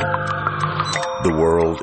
The world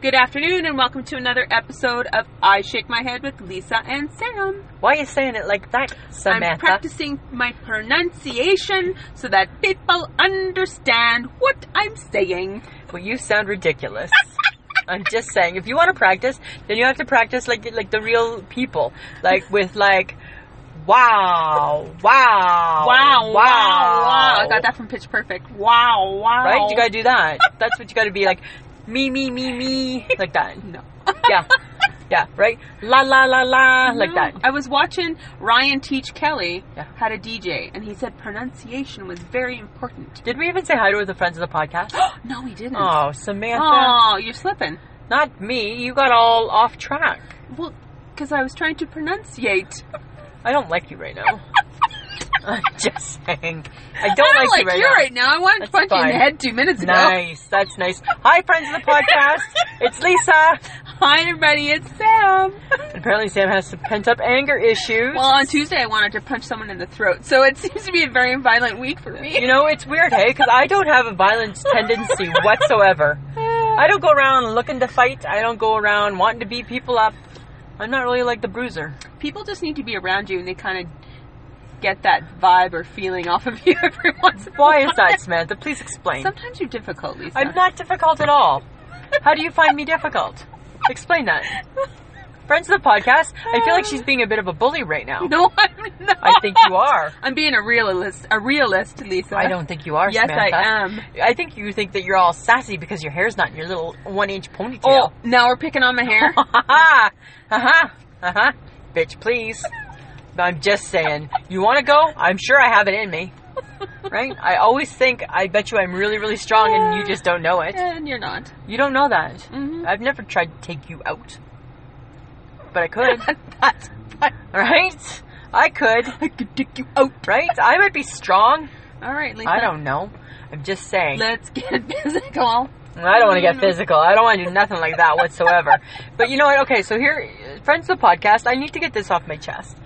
Good afternoon, and welcome to another episode of I Shake My Head with Lisa and Sam. Why are you saying it like that, I'm Samantha? practicing my pronunciation so that people understand what I'm saying. well, you sound ridiculous. I'm just saying, if you want to practice, then you have to practice like like the real people, like with like, wow, wow, Wow, wow, wow. I got that from Pitch Perfect. Wow, wow. Right? You gotta do that. That's what you gotta be like. Me, me, me, me, like that. No. Yeah, yeah. Right? La, la, la, la, like No. that. I was watching Ryan Teach Kelly Yeah. had a DJ, and he said pronunciation was very important. Did we even say hi to the friends of the podcast? no, he didn't. Oh, Samantha, Aw, you're slipping. not me. You got all off track. Well, because I was trying to pronunciate. I don't like you right now. I'm just saying. I don't, I like, you right now. now. I wanted That's to punch you in the fine. head two minutes ago. Nice. That's nice. Hi, friends of the podcast. it's Lisa. Hi, everybody. It's Sam. Apparently, Sam has some pent up anger issues. Well, on Tuesday, I wanted to punch someone in the throat, so it seems to be a very violent week for me. you know, it's weird, hey, because I don't have a violence tendency whatsoever. I don't go around looking to fight. I don't go around wanting to beat people up. I'm not really like the bruiser. People just need to be around you, and they kind of get that vibe or feeling off of you every once in a while. Why is that, Samantha? Please explain. Sometimes you're difficult, Lisa. I'm not difficult at all. How do you find me difficult? Explain that. Friends of the podcast, I feel like she's being a bit of a bully right now. No, I'm not. I think you are. I'm being a realist, a realist, Lisa. I don't think you are, Yes, Samantha. I am. I think you think that you're all sassy because your hair's not in your little one inch ponytail. Oh, now we're picking on my hair. Ha ha! Ha ha! Ha ha! Bitch, please. I'm just saying. You want to go? I'm sure I have it in me. Right? I always think, I bet you I'm really, really strong and you just don't know it. and you're not. You don't know that. Mhm. I've never tried to take you out. But I could. That's right? I could. I could take you out. Right? I might be strong. all right, Lisa. I don't know. I'm just saying. Let's get physical. I don't want to get physical. I don't want to do nothing like that whatsoever. but you know what? Okay, so here, friends of the podcast, I need to get this off my chest.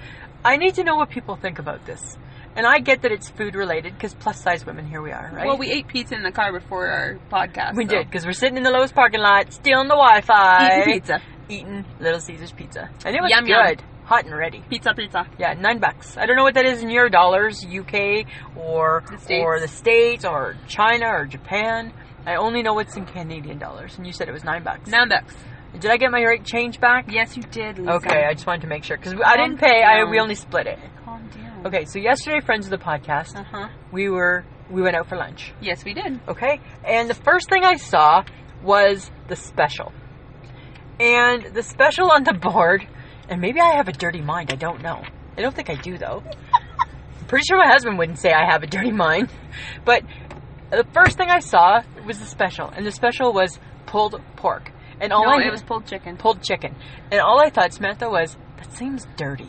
I need to know what people think about this. And I get that it's food related because plus size women, here we are, right? Well, we ate pizza in the car before our podcast. we so- did because we're sitting in the lowest parking lot, stealing the Wi Fi, Eating pizza. eating Little Caesars pizza. And it was Yum, yum. good, hot and ready. Pizza, pizza. Yeah, nine bucks. I don't know what that is in your dollars, UK or The States. or the States or China or Japan. I only know what's in Canadian dollars, and you said it was nine bucks. Nine bucks. Did I get my right change back? Yes, you did, Lisa. Okay, I just wanted to make sure because I didn't pay. I, we down. only split it. Calm down. Okay, so yesterday, friends of the podcast, Uh huh. we were we went out for lunch. Yes, we did. Okay, and the first thing I saw was the special, and the special on the board. And maybe I have a dirty mind. I don't know. I don't think I do though. I'm pretty sure my husband wouldn't say I have a dirty mind. But the first thing I saw was the special, and the special was pulled pork. And all no, I it was pulled chicken. pulled chicken. And all I thought, Samantha, was that seems dirty.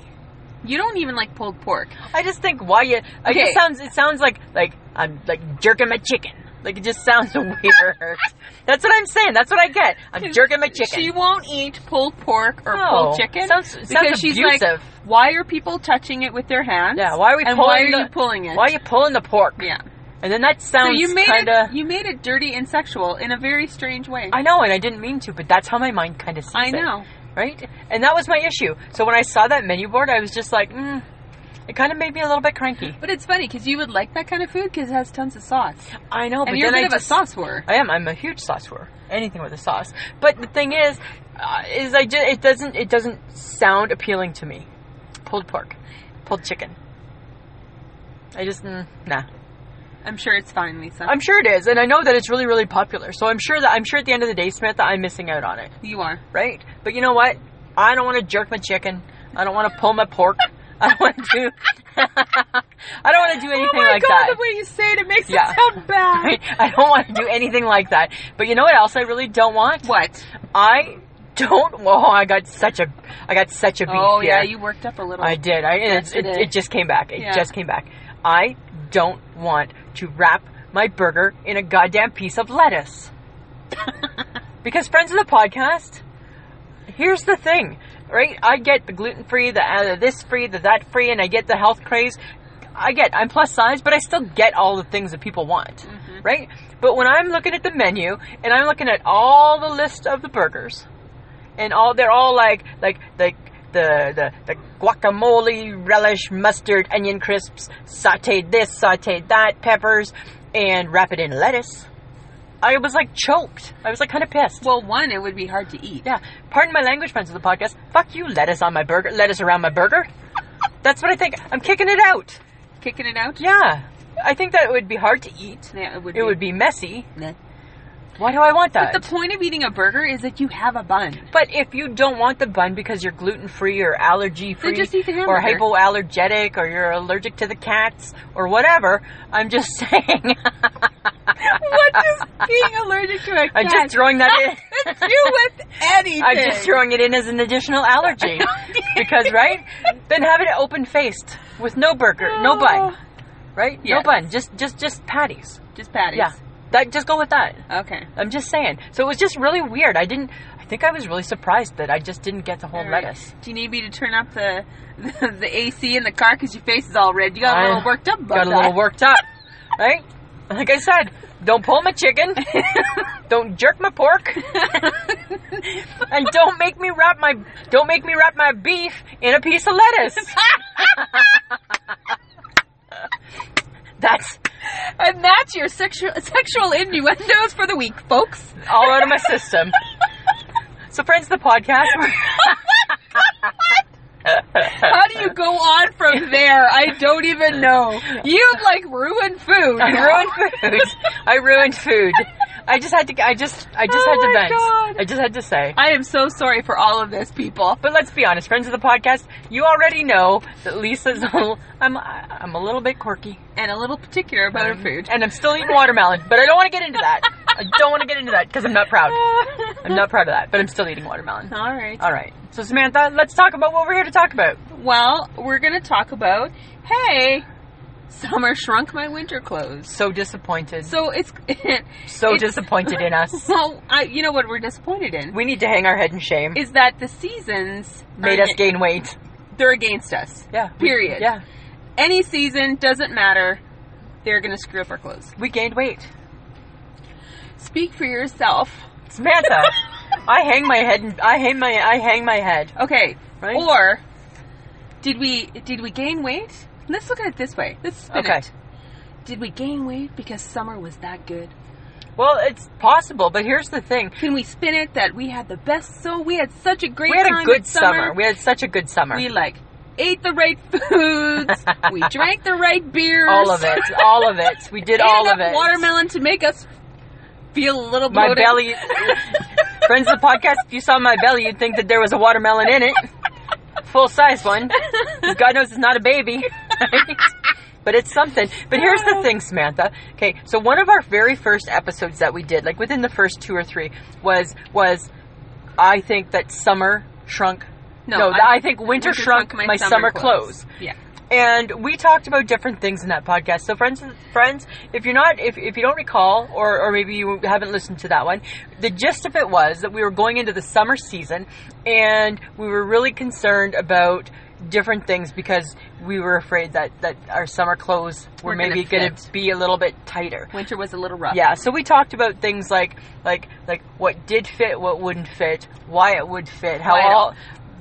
You don't even like pulled pork. I just think why you like Okay. it sounds it sounds like like I'm like jerking my chicken. Like it just sounds weird. That's what I'm saying. That's what I get. I'm jerking my chicken. She won't eat pulled pork or No. pulled chicken Sounds- sounds because she's like, abusive. why are people touching it with their hands? yeah, why are we and pulling why are the, you pulling it? Why are you pulling the pork? yeah. And then that So sounds you made kinda it. You made it dirty and sexual in a very strange way. I know, and I didn't mean to, but that's how my mind kind of sees I it, know. right? And that was my issue. So when I saw that menu board, I was just like, mm, It kind of made me a little bit cranky. But it's funny because you would like that kind of food because it has tons of sauce. I know, Oh, but and you're a then bit I of just, a sauce whore. I am. I'm a huge sauce whore. Anything with a sauce. But the thing is, uh, is I just it doesn't it doesn't sound appealing to me. Pulled pork, pulled chicken. I just mm, nah. I'm sure it's fine, Lisa. I'm sure it is, and I know that it's really really popular. So I'm sure that I'm sure at the end of the day, Samantha, I'm missing out on it, you are. right? But you know what? I don't want to jerk my chicken. I don't want to pull my pork. I don't want to do. I don't want to do anything oh my like god, that. the way you say it, it makes Yeah. it sound bad. Right? I don't want to do anything like that. But you know what else I really don't want? What? I don't. Whoa! I got such a, I got such a beef. Oh yeah, here. you worked up a little. I did. I Yes, it, you it, did. it just came back. It Yeah. just came back. I don't want to wrap my burger in a goddamn piece of lettuce. because friends of the podcast, here's the thing, right? I get the gluten free, the uh, this free, the that free, and I get the health craze. I get I'm plus size, but I still get all the things that people want, right? But when I'm looking at the menu and I'm looking at all the list of the burgers, and all they're all like like like the the, the guacamole, relish, mustard, onion crisps, sautéed this, sautéed that, peppers, and wrap it in lettuce. I was like choked. I was like kind of pissed. well, one, it would be hard to eat. Yeah, pardon my language, friends of the podcast. Fuck you, lettuce on my burger, lettuce around my burger. That's what I think. I'm kicking it out. Kicking it out. Yeah, I think that it would be hard to eat. Yeah, it would. It would be messy. Nah. Why do I want that? But the point of eating a burger is that you have a bun. But if you don't want the bun because you're gluten free or allergy free just eat the or hamburger. hypoallergenic or you're allergic to the cats or whatever, I'm just saying. what is being allergic to a cat? I'm just throwing that in. you with anything. I'm just throwing it in as an additional allergy. because, right? Then have it open faced with no burger, no bun, right? Yes. No bun, just just just patties. Just patties. Yeah. That just go with that. Okay. I'm just saying. So it was just really weird. I didn't I think I was really surprised that I just didn't get the whole All right. lettuce. Do you need me to turn up the the, the AC in the car because your face is all red? You got a I little worked up about got a that. little worked up, right? Like I said, don't pull my chicken, don't jerk my pork, and don't make me wrap my don't make me wrap my beef in a piece of lettuce. That's And that's your sexual sexual innuendos for the week, folks. all out of my system. So, friends, of the podcast. How do you go on from there? I don't even know. You've like ruined food. I ruined food. I ruined food. I just had to. I just. I just Oh had to my vent. God. I just had to say. I am so sorry for all of this, people. But let's be honest, friends of the podcast, you already know that Lisa's a little, I'm I'm a little bit quirky And a little particular about our food. and I'm still eating watermelon, but I don't want to get into that. I don't want to get into that because I'm not proud. I'm not proud of that, but I'm still eating watermelon. all right. All right. So Samantha, let's talk about what we're here to talk about. Well, we're gonna talk about hey, summer shrunk my winter clothes. So disappointed. So So, it's it's- disappointed in us. Well, I, you know what we're disappointed in We need to hang our head in shame. is that the seasons Made are- us gain weight. They're against us. Yeah. we- Period. Yeah. Any season doesn't matter. They're gonna screw up our clothes. We gained weight. Speak for yourself. Samantha, I hang my head and I hang my I hang my head. Okay. Right? Or did we did we gain weight? Let's look at it this way. Let's spin Okay. it. Did we gain weight because summer was that good? Well, it's possible, but here's the thing. Can we spin it that we had the best? So we had such a great. we had time a good at summer. summer. We had such a good summer. We like ate the right foods. we drank the right beers. all of it. All of it. We did Ate all enough of it. Watermelon to make us feel a little. My bloated. belly. Friends of the podcast, if you saw my belly, you'd think that there was a watermelon in it. Full size one. God knows it's not a baby. But it's something. But here's the thing, Samantha. Okay, so one of our very first episodes that we did, like within the first two or three, was was I think that summer shrunk. No, no I, I think winter, shrunk, my, summer, clothes. Yeah. and we talked about different things in that podcast. So friends, friends, if you're not, if, if you don't recall, or, or maybe you haven't listened to that one, the gist of it was that we were going into the summer season and we were really concerned about different things because we were afraid that, that our summer clothes were, Were gonna maybe going fit. to be a little bit tighter. Winter was a little rough. Yeah, so we talked about things like like like what did fit, what wouldn't fit, why it would fit, how Why it- all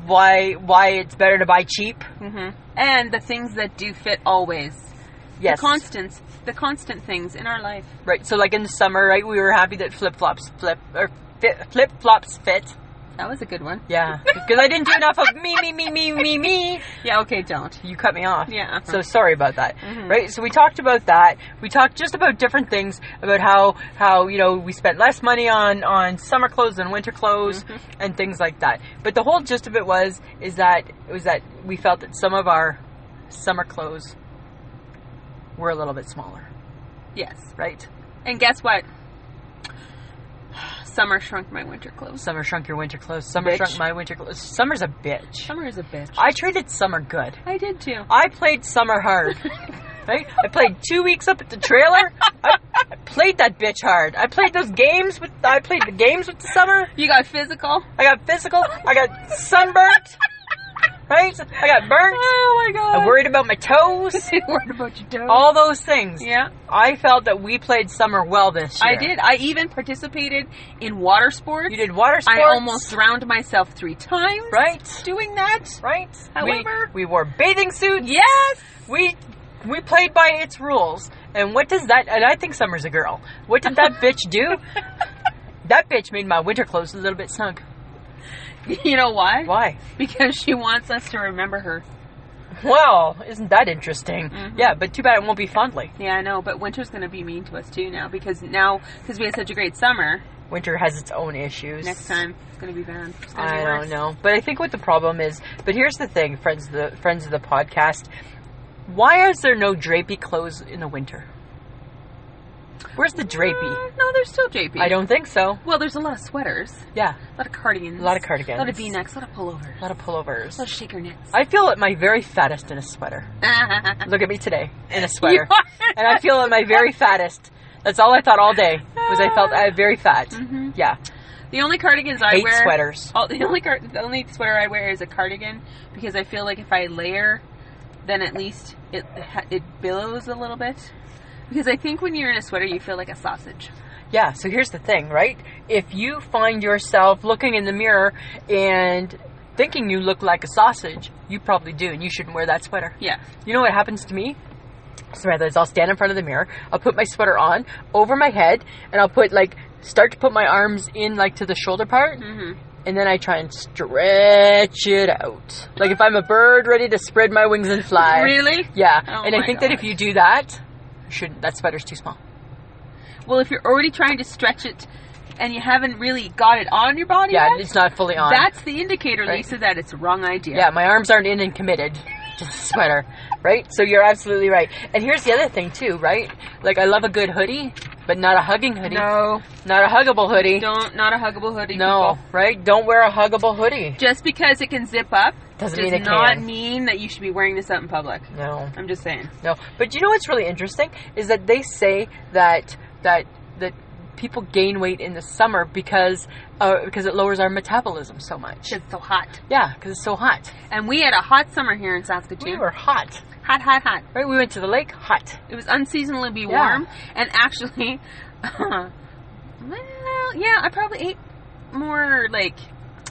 why why it's better to buy cheap. Mm-hmm. And the things that do fit always. The Yes. constants, the constant things in our life. right. So like in the summer, right, we were happy that flip flops flip or flip flops fit. That was a good one. Yeah. Because I didn't do enough of me me me me me me. Yeah. Okay. Don't. You cut me off. Yeah. uh-huh. So sorry about that. Right? So we talked about that. We talked just about different things about how how, you know, we spent less money on on summer clothes and winter clothes and things like that. But the whole gist of it was is that was that we felt that some of our summer clothes were a little bit smaller, Yes. right? And guess what? Summer shrunk my winter clothes. Summer shrunk your winter clothes. Summer Bitch. shrunk my winter clothes. Summer's a bitch. Summer is a bitch. I treated summer good. I did too. I played summer hard. Right? I played two weeks up at the trailer. I, I played that bitch hard. I played those games with. I played the games with the summer. You got physical. I got physical. I got sunburnt. Right? I got burnt. Oh my god. I worried about my toes. worried about your toes. All those things. Oh, yeah. I felt that we played summer well this year. I did. I even participated in water sports. You did water sports. I almost drowned myself three times. right. Doing that. Right. However- we, we wore bathing suits. Yes. we we played by its rules. And what does that? And I think Summer's a girl. What did that bitch do? that bitch made my winter clothes a little bit snug. You know why? Why? Because she wants us to remember her. Well, isn't that interesting? Mm-hmm. Yeah, but too bad it won't be fondly. Yeah, I know. But winter's going to be mean to us too now because now because we had such a great summer. Winter has its own issues. Next time it's going to be bad. It's gonna I be don't worse. know, but I think what the problem is. But here's the thing, friends of the friends of the podcast. Why is there no drapey clothes in the winter? Where's the drapey? Uh, no, there's still JP. I don't think so. Well, there's a lot of sweaters, Yeah, a lot of cardigans, a lot of cardigans, a lot of V-necks, a lot of pullovers, a lot of pullovers. a lot of shaker necks. I feel at my very fattest in a sweater. Look at me today in a sweater. You are- and I feel at my very fattest. That's all I thought all day was I felt I very fat. Mm-hmm. Mm-hmm. Yeah, The only cardigans I hate wear sweaters. All, the only car- the only sweater I wear is a cardigan because I feel like if I layer, then at least it ha- it billows a little bit. Because I think when you're in a sweater, you feel like a sausage. Yeah. So here's the thing, right? If you find yourself looking in the mirror and thinking you look like a sausage, you probably do, and you shouldn't wear that sweater. Yeah. You know what happens to me? Samantha is I'll stand in front of the mirror, I'll put my sweater on over my head, and I'll put like start to put my arms in like to the shoulder part, Mm-hmm. and then I try and stretch it out. Like if I'm a bird ready to spread my wings and fly. Really? Yeah. Oh and I my think that if gosh. you do that, you shouldn't that sweater's too small. Well, if you're already trying to stretch it and you haven't really got it on your body Yeah, yet, it's not fully on. that's the indicator, Right. Lisa, that it's a wrong idea. Yeah, my arms aren't in and committed to the sweater, right? So you're absolutely right. And here's the other thing too, right? Like I love a good hoodie, but not a hugging hoodie. No, Not a huggable hoodie. don't not a huggable hoodie. no, people. right? Don't wear a huggable hoodie. Just because it can zip up Doesn't does mean it not can. mean that you should be wearing this out in public. No, I'm just saying. no. But you know what's really interesting is that they say that that that people gain weight in the summer because uh, because it lowers our metabolism so much. It's so hot. Yeah, because it's so hot. And we had a hot summer here in Saskatoon. We were hot, hot, hot, hot. right? We went to the lake, hot. It was unseasonably Yeah. warm, and actually, well, yeah, I probably ate more like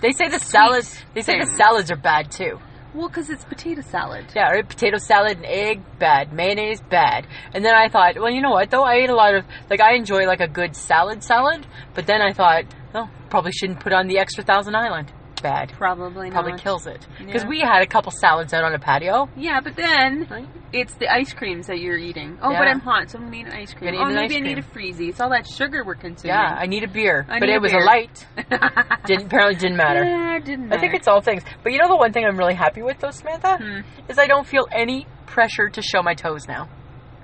They say the salads. They say the Same. salads are bad too. well, because it's potato salad. Yeah, right? potato salad and egg, bad. Mayonnaise, bad. And then I thought, well, you know what though? I ate a lot of like I enjoy like a good salad salad, but then I thought, oh, probably shouldn't put on the extra thousand island. Bad. Probably not. Probably kills it. Because Yeah. we had a couple salads out on a patio. Yeah, but then Right. it's the ice creams that you're eating. Oh, but Yeah. I'm hot, so I'm gonna need an ice cream. Gonna Oh, eat an maybe ice I need a freezy. It's all that sugar we're consuming. Yeah, I need a beer, I but need it a was a beer. light. didn't apparently didn't matter. Yeah, it didn't. I think matter. Hmm. it's all things. But you know the one thing I'm really happy with though, Samantha, is I don't feel any pressure to show my toes now.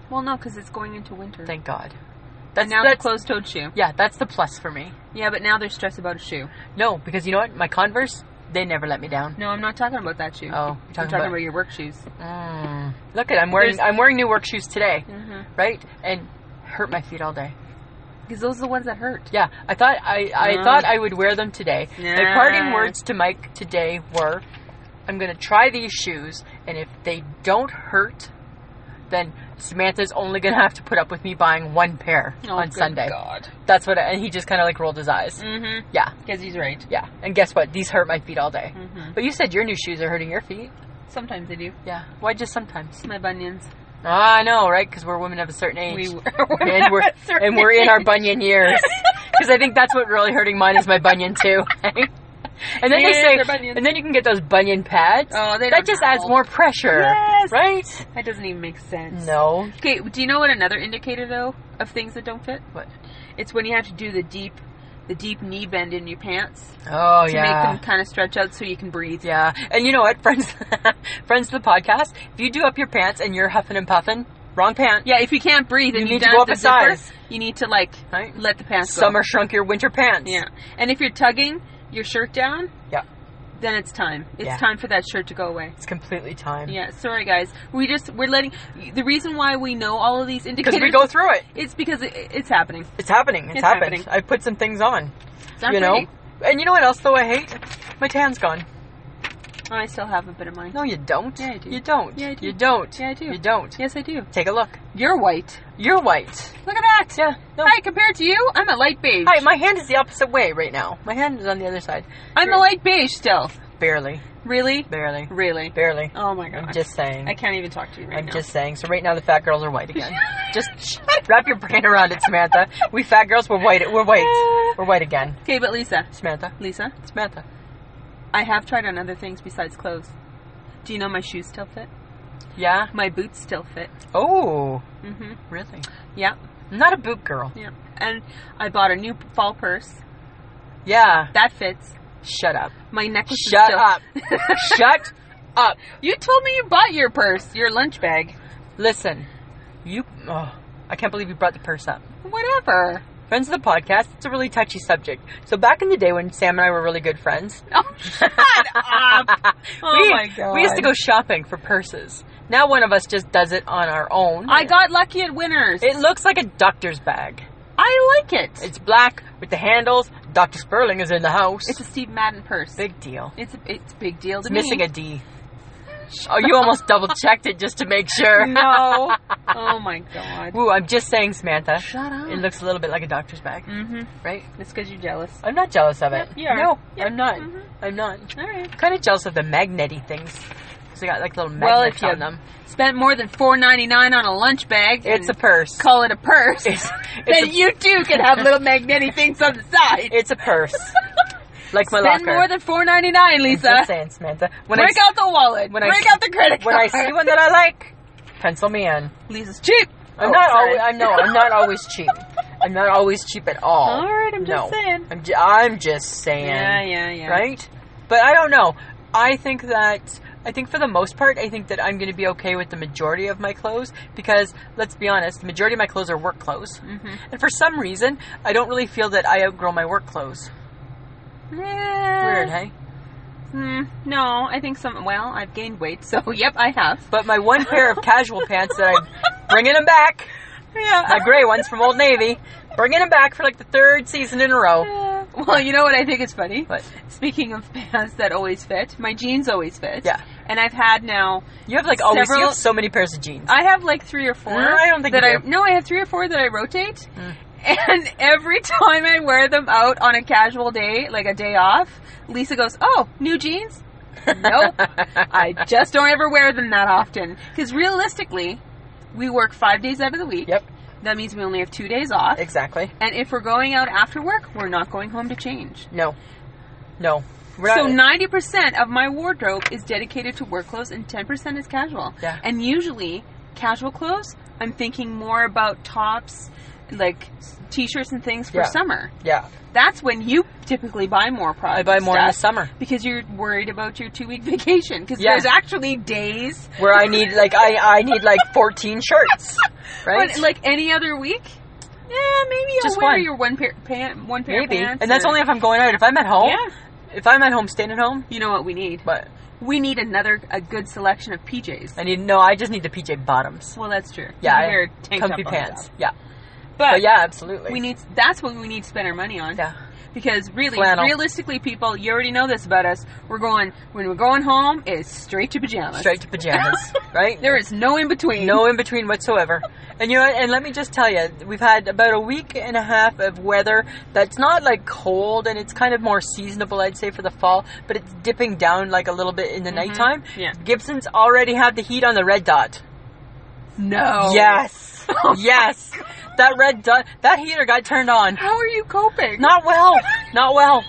well, no, because it's going into winter. Thank God. and That's now the that's closed-toed shoe. yeah, that's the plus for me. Yeah, but now there's stress about a shoe. No, because you know what? My Converse, they never let me down. No, I'm not talking about that shoe. Oh, you're I'm talking talking about- about your work shoes. Mm. Look at I'm wearing Hmm. There's- I'm wearing new work shoes today, Mhm. right? And hurt my feet all day. Because those are the ones that hurt. Yeah, I thought I I Mm. thought I would wear them today. My Nah. parting words to Mike today were, I'm gonna try these shoes, and if they don't hurt, then Samantha's only gonna have to put up with me buying one pair Oh, on good Sunday. God. That's what, I, and he just kind of like rolled his eyes. Mm-hmm. Yeah, Because he's right. yeah. And guess what? These hurt my feet all day. Mm-hmm. But you said your new shoes are hurting your feet. Sometimes I do. Yeah. Why just sometimes? My bunions. Ah, I know, right? Because we're women of a certain age. We and we're and we're in our bunion years because I think that's what really hurting mine is my bunion too. and then they Here's say, their bunions. and then you can get those bunion pads. Oh, they that don't just adds help. more pressure, Yes. right? That doesn't even make sense. No, Okay, do you know what another indicator though of things that don't fit? What? It's when you have to do the deep, the deep knee bend in your pants oh to yeah. make them kind of stretch out so you can breathe. yeah, and you know what, friends, friends of the podcast. If you do up your pants and you're huffing and puffing, wrong pant. Yeah, if you can't breathe and you, You need to don't go have up a the zipper, size. you need to like Right? let the pants go. Summer shrunk your winter pants. Yeah, and if you're tugging your shirt down, Yeah. then it's time. It's Yeah. time for that shirt to go away. it's completely time. Yeah, sorry guys. We just we're letting the reason why we know all of these Because indicators we go through it. it's because it, it's happening. It's happening. It's, It's happened. happening. I put some things on. It's not you know? pretty. And you know what else though I hate? My tan's gone. Oh, I still have a bit of mine. No, you don't. Yeah, I do. You don't. Yeah, I do. You don't. Yeah, I do. You don't. Yes, I do. Take a look. You're white. You're white. Look at that. Yeah. No. Hi, compared to you, I'm a light beige. Hi, my hand is the opposite way right now. My hand is on the other side. I'm a light beige still. Barely. Really? Barely. Really? Barely. Oh my god. I'm just saying. I can't even talk to you right I'm now. just saying. So right now the fat girls are white again. just wrap your brain around it, Samantha. We fat girls, we're white. We're white. We're white again. Okay, but Lisa, Samantha. Lisa, Samantha. I have tried on other things besides clothes. Do you know my shoes still fit? Yeah. My boots still fit. Oh. Mm-hmm. Really? Yeah, I'm not a boob girl. yeah. And I bought a new fall purse. Yeah. That fits. Shut up. My necklace is Shut still- up. Shut up. You told me you bought your purse, your lunch bag. Listen, you. Oh, I can't believe you brought the purse up. Whatever. Friends of the podcast, it's a really touchy subject. So back in the day when Sam and I were really good friends, Oh, shut up. Oh we, my god. we used to go shopping for purses. Now one of us just does it on our own. I got lucky at Winners. It looks like a doctor's bag. I like it. It's black with the handles. Dr. Sperling is in the house. It's a Steve Madden purse. big deal. It's a, it's a big deal to It's missing me. a D. Oh, you almost double checked it just to make sure. no. Oh my god. Ooh, I'm just saying, Samantha. Shut up. It looks a little bit like a doctor's bag, mm-hmm. right? It's because you're jealous. I'm not jealous of it. Yep, you are. No, Yep. I'm not. Mhm. I'm not. Oh, All right. kind of jealous of the magnety things. Because they got like little magnets Well, if you- on them. Spent more than four ninety nine on a lunch bag. It's a and purse. call it a purse. It's, then it's, a, you too can have little magnetic things on the side. it's a purse. like my Spend locker. more than four ninety nine, I'm just Lisa. saying, Samantha. When Break I, out the wallet. when I Break s- out the credit when card. I see one that I like, pencil me in. Lisa's cheap. I'm Oh, not sorry. always. I'm no. I'm not always cheap. I'm not always cheap at all. All right, I'm no. just saying. I'm, ju- I'm just saying. Yeah, yeah, yeah. right? But I don't know. I think that I think for the most part, I think that I'm going to be okay with the majority of my clothes because let's be honest, the majority of my clothes are work clothes, Mm-hmm. and for some reason, I don't really feel that I outgrow my work clothes. Yeah. Weird, hey? Hmm, no, I think some. Well, I've gained weight, so yep, I have. But my one pair of casual pants that I'm bringing them back, my Yeah. gray ones from Old Navy, bringing them back for like the third season in a row. uh, Well, you know what I think is funny? But Speaking of pants that always fit, my jeans always fit. Yeah. And I've had now, you have like always you Several- have so many pairs of jeans. I have like three or four. No, I don't think that you I do. no, I have three or four that I rotate, Mm. and every time I wear them out on a casual day, like a day off, Lisa goes, "Oh, new jeans." Nope. I just don't ever wear them that often because realistically, we work five days out of the week. Yep. That means we only have two days off. exactly. And if we're going out after work, we're not going home to change. No, no. We're So not- 90% of my wardrobe is dedicated to work clothes and 10% is casual. Yeah. And usually, casual clothes, I'm thinking more about tops, like s- t-shirts and things for Yeah. summer. yeah, That's when you typically buy more I products. buy more in the summer. because you're worried about your two-week vacation. Because Yeah. there's actually days, where I need like I I need like 14 shirts, right? when, like any other week. Yeah, maybe I'll Just wear one. your one pair pant, one pair of Maybe, pants, and that's or- only if I'm going out. If I'm at home, yeah. if I'm at home, staying at home, You know what we need? but We need another a good selection of PJs. I need no. I just need the PJ bottoms. Well, that's true. Yeah, I- Wear tank comfy top on pants. top. Oh, Yeah, But, but yeah, absolutely. we need that's what we need to spend our money on yeah, Because really, Flannel. realistically, people, you already know this about us. We're going when we're going home is straight to pajamas. Straight to pajamas, right? There is no in between. no in between whatsoever. And you know, what? and let me just tell you, we've had about a week and a half of weather that's not like cold, and it's kind of more seasonable, I'd say, for the fall. But it's dipping down like a little bit in the nighttime. Yeah. Gibson's already had the heat on the red dot. Oh. no. Yes, yes, that red dot, that heater got turned on. How are you coping? Not well, not well,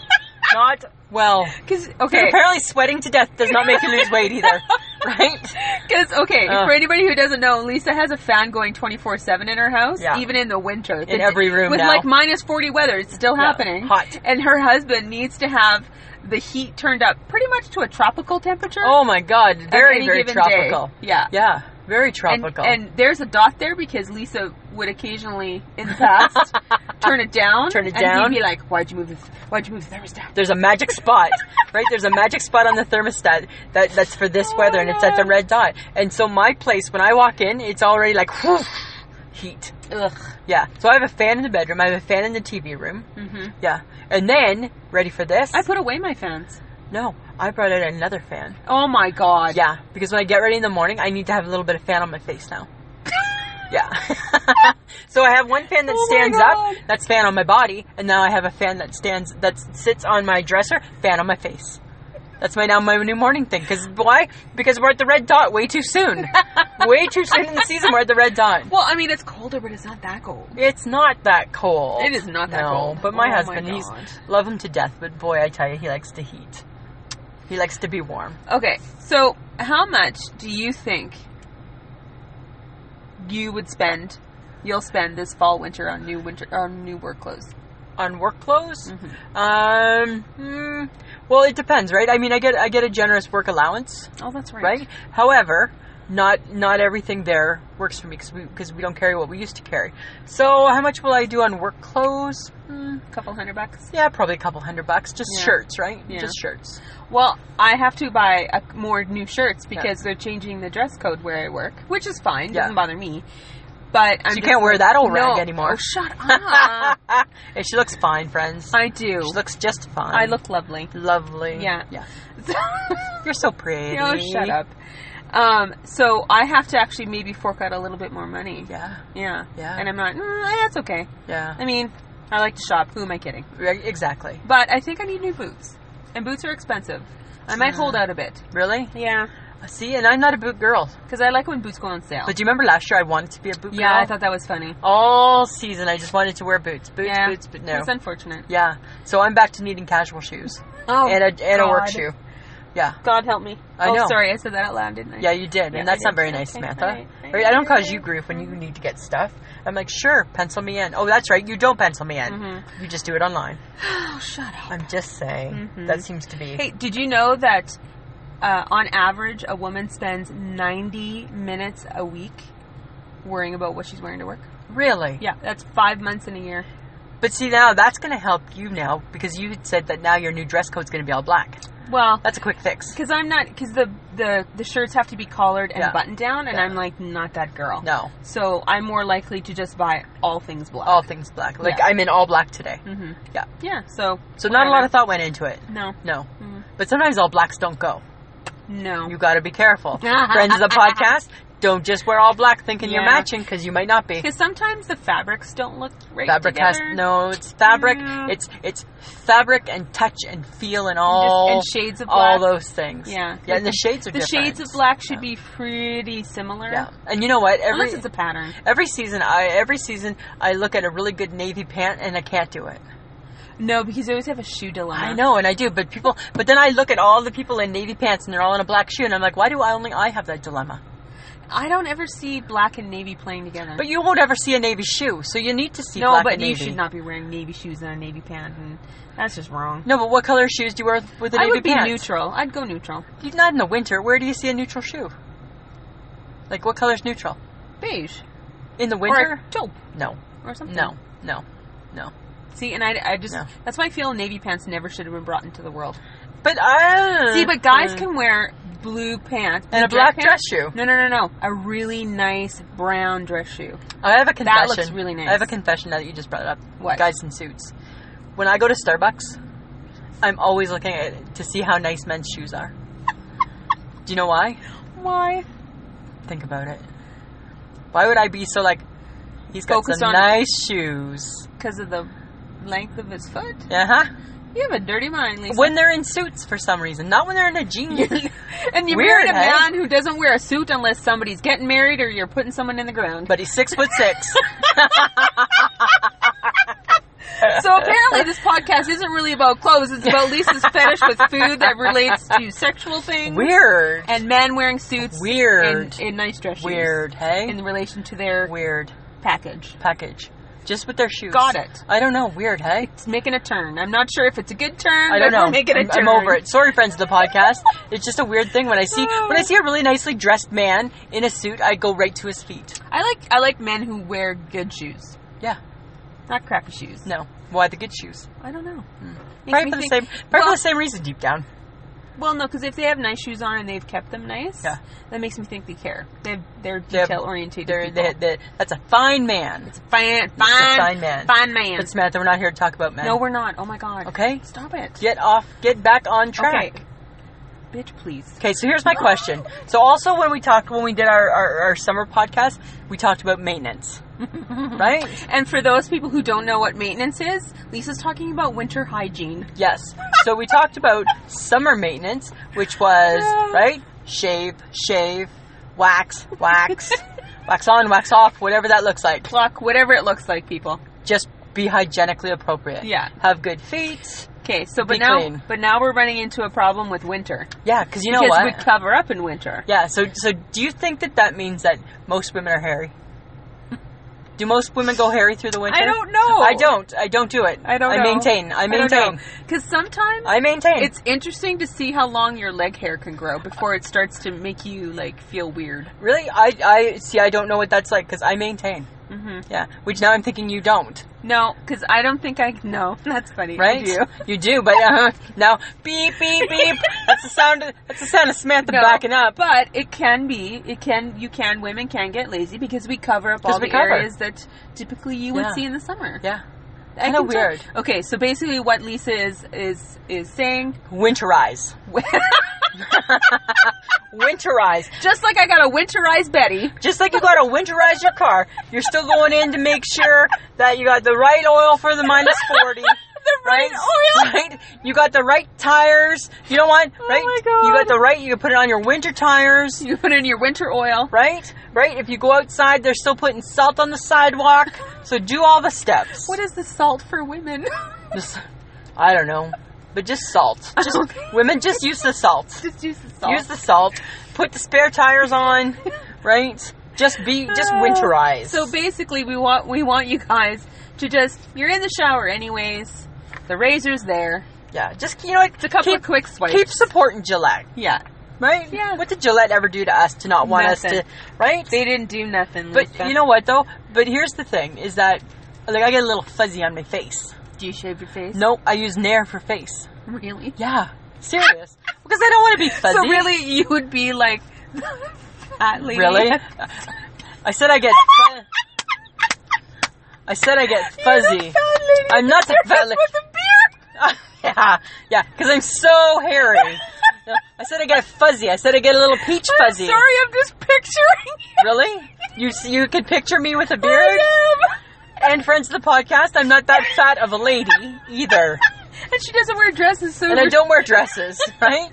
not well. because So okay. apparently, sweating to death does not make you lose weight either, right? Because okay, Ugh. for anybody who doesn't know, Lisa has a fan going twenty four seven in her house, Yeah. even in the winter. In every room with now. like minus forty weather, it's still Yeah, happening. hot. and her husband needs to have the heat turned up pretty much to a tropical temperature. Oh my God, at very any very given tropical. Day. Yeah. Yeah, very And, tropical. and there's a dot there because Lisa would occasionally, in the past, turn it down. Turn it and down. He'd be like, "Why'd you move? The, why'd you move the thermostat?" there's a magic spot, right? There's a magic spot on the thermostat that, that's for this weather, and it's at the red dot. And so my place, when I walk in, it's already like whew, heat. Ugh. Yeah. So I have a fan in the bedroom. I have a fan in the TV room. hmm Yeah. And then ready for this? I put away my fans. no, I brought out another fan. Oh my god. Yeah, because when I get ready in the morning, I need to have a little bit of fan on my face now. yeah. so I have one fan that Oh my stands God. up, that's fan on my body, and now I have a fan that stands that sits on my dresser, fan on my face. That's my now my new morning thing. Because why? Because we're at the red dot way too soon. way too soon in the season. We're at the red dot. Well, I mean, it's colder, but it's not that cold. It's not that cold. It is not that No, cold. But my Oh my husband, he's God. love him to death. But boy, I tell you, he likes the heat. He likes to be warm. Okay, so how much do you think you would spend? You'll spend this fall winter on new winter on new work clothes. on work clothes. Mm-hmm. Um, hmm, well, it depends, right? I mean, I get I get a generous work allowance, Oh, that's right? However, not not everything there works for me because we because we don't carry what we used to carry. So, how much will I do on work clothes? Mm, A couple hundred bucks. Yeah, probably a couple hundred bucks. Just Yeah. shirts, right? Yeah. Just shirts. Well, I have to buy a, more new shirts because they're changing the dress code where I work, which is fine. Yeah. Doesn't bother me. But I'm just you can't wear like, that old rag no. anymore. Oh, shut up! and she looks fine, friends. I do. She looks just fine. I look lovely. lovely. Yeah. yeah. So- You're so pretty. No, shut up. Um, so I have to actually maybe fork out a little bit more money. Yeah, Yeah. Yeah. And I'm not, mm, that's okay. yeah. I mean, I like to shop. Who am I kidding? Right, Exactly. But I think I need new boots. And boots are expensive. I might hold out a bit. Really? Yeah. See, and I'm not a boot girl. Because I like when boots go on sale. But do you remember last year I wanted to be a boot yeah, girl? I thought that was funny. all season I just wanted to wear boots, boots, yeah. boots, but no. It's unfortunate. Yeah, so I'm back to needing casual shoes Oh, and a and a work God. shoe. Yeah, God help me. I oh, know. sorry, I said that out loud, didn't I? yeah, you did, Yeah, and that's I not did. very nice, Okay, Samantha. alright, Right? alright. I don't cause you grief when you need to get stuff. I'm like, sure, pencil me in. Oh, that's right, you don't pencil me in. Mm-hmm, You just do it online. Oh, shut up. Mm-hmm. I'm just saying that seems to be. Hey, did you know that uh, on average a woman spends 90 minutes a week worrying about what she's wearing to work? Really? Yeah, that's five months in a year. But see now that's going to help you now because you had said that now your new dress code's going to be all black. Well, That's a quick fix. because I'm not because the, the the shirts have to be collared and Yeah. buttoned down, and Yeah. I'm like not that girl. No, Oh, So I'm more likely to just buy all things black. all things black. Like Yeah. I'm in all black today. hmm Yeah. Yeah. So So not a lot whatever. of thought went into it. no No. Mm. But sometimes all blacks don't go. no. You got to be careful. Ah, Friends of the podcast, don't just wear all black thinking you're Yeah. matching because you might not be. Because sometimes the fabrics don't look right Fabric has together. no. It's fabric. Yeah. It's it's fabric and touch and feel and Just- all and shades of all black. those things. Yeah. Yeah. And the shades are the different. shades of black should be pretty similar. Yeah. And you know what? Every Unless it's a pattern. every season, I every season I look at a really good navy pant and I can't do it. No, because they always have a shoe dilemma. I know, and I do, but people. But then I look at all the people in navy pants and they're all in a black shoe, and I'm like, why do I only I have that dilemma? I don't ever see black and navy playing together. But you won't ever see a navy shoe, so you need to see. no, black but and you navy. should not be wearing navy shoes and a navy pant, and that's just wrong. No, but what color shoes do you wear with a I navy would be pants? neutral. I'd go neutral. You're Not in the winter. Where do you see a neutral shoe? Like what color's neutral? Beige. In the Or winter? a taupe no, or something. no, no, no. See, and I, I just, No. that's why I feel navy pants never should have been brought into the world. But I See, but guys can wear blue pants. Uh, and a blue dress black pants. dress shoe. No, no, no, no. A really nice brown dress shoe. I have a confession. looks really nice. I have a confession now that you just brought it up. Mm. What? Guys in suits. When I go to Starbucks, I'm always looking at it to see how nice men's shoes are. Do you know why? Why? Think about it. Why would I be so like? He's got Focused some on- nice shoes. Because of the length of his foot? Uh huh. You have a dirty mind, Lisa. When they're in suits for some reason, not when they're in a jeans. and you Weird, married a hey? man who doesn't wear a suit unless somebody's getting married or you're putting someone in the ground. but he's six foot six. so apparently, this podcast isn't really about clothes. It's about Lisa's fetish with food that relates to sexual things Weird. and men wearing suits Weird. in, in nice dress shoes Weird. Hey. in relation to their Weird package. package. Just with their shoes. Got it. I don't know. Weird. Hey. It's making a turn. I'm not sure if it's a good turn. I don't but know. We're making a I'm, turn. Oh. I'm over it. Sorry, friends of the podcast. It's just a weird thing when I see when I see a really nicely dressed man in a suit, I go right to his feet. I like I like men who wear good shoes, Yeah. not crappy shoes. No. Why the good shoes? I don't know. Makes Probably me for the think- same. Probably for well- the same reason. Deep down. Well, no, because if they have nice shoes on and they've kept them nice, Yeah. that makes me think they care. They've, they're They're- detail oriented. They're, they they- that's a fine man. fine, fine, a fine man. fine man. But Samantha, we're not here to talk about men. No, we're not. Oh my god. Okay. Stop it. Get off. Get back on track. Okay. Bitch, please. Okay, so here's my question. So also when we talked when we did our, our, our summer podcast, we talked about maintenance. right? And for those people who don't know what maintenance is, Lisa's talking about winter hygiene. Yes. So we talked about summer maintenance, which was right? Shave, shave, wax, wax, wax on, wax off, whatever that looks like. Pluck, whatever it looks like, people. Just be hygienically appropriate. Yeah. Have good feet. Okay, so but Be now clean. but now we're running into a problem with winter. Yeah, because you know because what? we cover up in winter. yeah. So so do you think that that means that most women are hairy? Do most women go hairy through the winter? I don't know. I don't. I don't do it. I don't I know. maintain. I maintain. Because sometimes I, maintain. It's interesting to see how long your leg hair can grow before it starts to make you like feel weird. really. I. I see. I don't know what that's like because I maintain. hmm Yeah. Which now I'm thinking you don't. No, because I don't think I. No, that's funny. I Right. do. You do. But uh, now beep beep beep. that's the sound. Of, that's the sound of Samantha No, backing up. But it can be. It can. You can. Women can get lazy because we cover up 'Cause all we the cover. areas that typically you would Yeah. see in the summer. Yeah. I kinda can tell- weird. Okay, so basically, what Lisa is is is saying, Winterize. Winterize. just like I got a winterized Betty. Just like you gotta winterize your car, you're still going in to make sure that you got the right oil for the minus 40. The right oil. Oh Right? You got the right tires. You know what? Right? my God. You got the right, you can put it on your winter tires. You put in your winter oil. Right? Right? If you go outside, they're still putting salt on the sidewalk. So do all the steps. What is the salt for women? Just- I don't know. But just salt. Just, Women just use the salt. just use the salt. Use the salt. Put the spare tires on. Right? Just be, just winterize. Uh, So basically, we want we want you guys to just you're in the shower anyways. The razor's there. Yeah, just you know, what, It's a couple keep, of quick swipes. keep supporting Gillette, yeah, right? Yeah. What did Gillette ever do to us to not want us Nothing. to, right? they didn't do nothing. but Lisa. you know what though? But here's the thing: is that like I get a little fuzzy on my face. do you shave your face? Nope, I use Nair for face. really. Yeah, serious. because I don't want to be fuzzy. So really, you would be like fat lady. really? I said I get. Fu- I said I get fuzzy. Fat lady. I'm not the fat lady. with a beard. yeah, yeah, because I'm so hairy. No, I said I get fuzzy. I said I get a little peach fuzzy. I'm sorry, I'm just picturing. you. Really? You you could picture me with a beard? And friends of the podcast, I'm not that fat of a lady either. And she doesn't wear dresses, so And I don't wear dresses, right?